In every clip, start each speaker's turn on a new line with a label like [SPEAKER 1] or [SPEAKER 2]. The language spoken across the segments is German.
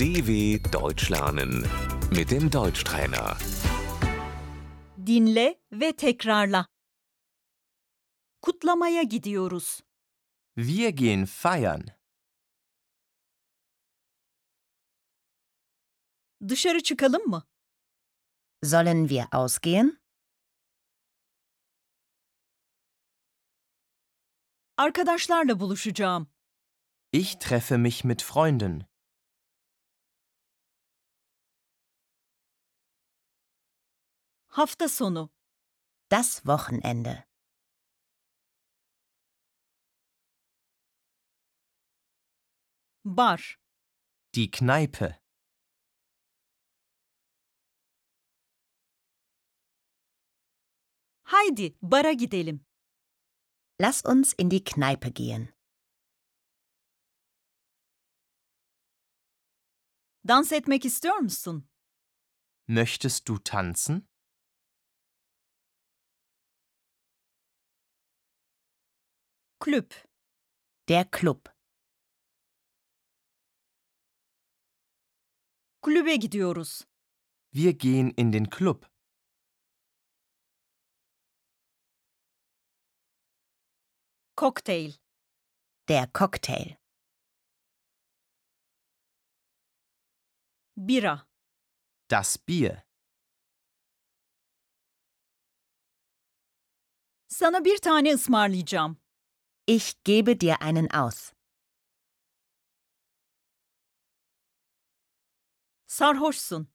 [SPEAKER 1] DW Deutsch lernen mit dem Deutschtrainer.
[SPEAKER 2] Dinle ve tekrarla. Kutlamaya gidiyoruz.
[SPEAKER 3] Wir gehen feiern.
[SPEAKER 2] Dışarı çıkalım mı?
[SPEAKER 4] Sollen wir ausgehen?
[SPEAKER 2] Arkadaşlarla buluşacağım.
[SPEAKER 3] Ich treffe mich mit Freunden.
[SPEAKER 2] Hafta sonu.
[SPEAKER 4] Das Wochenende.
[SPEAKER 2] Bar.
[SPEAKER 3] Die Kneipe.
[SPEAKER 2] Haydi bara gidelim.
[SPEAKER 4] Lass uns in die Kneipe gehen.
[SPEAKER 2] Dans etmek istiyor musun?
[SPEAKER 3] Möchtest du tanzen?
[SPEAKER 2] Kulüp.
[SPEAKER 4] Der Club.
[SPEAKER 2] Kulübe gidiyoruz.
[SPEAKER 3] Wir gehen in den Club.
[SPEAKER 2] Kokteyl.
[SPEAKER 4] Der Cocktail.
[SPEAKER 2] Bira.
[SPEAKER 3] Das Bier.
[SPEAKER 2] Sana bir tane ısmarlayacağım.
[SPEAKER 4] Ich gebe dir einen aus.
[SPEAKER 2] Sarhoşsun.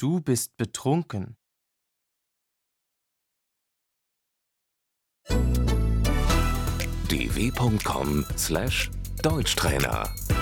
[SPEAKER 3] Du bist betrunken.
[SPEAKER 1] dw.com/deutschtrainer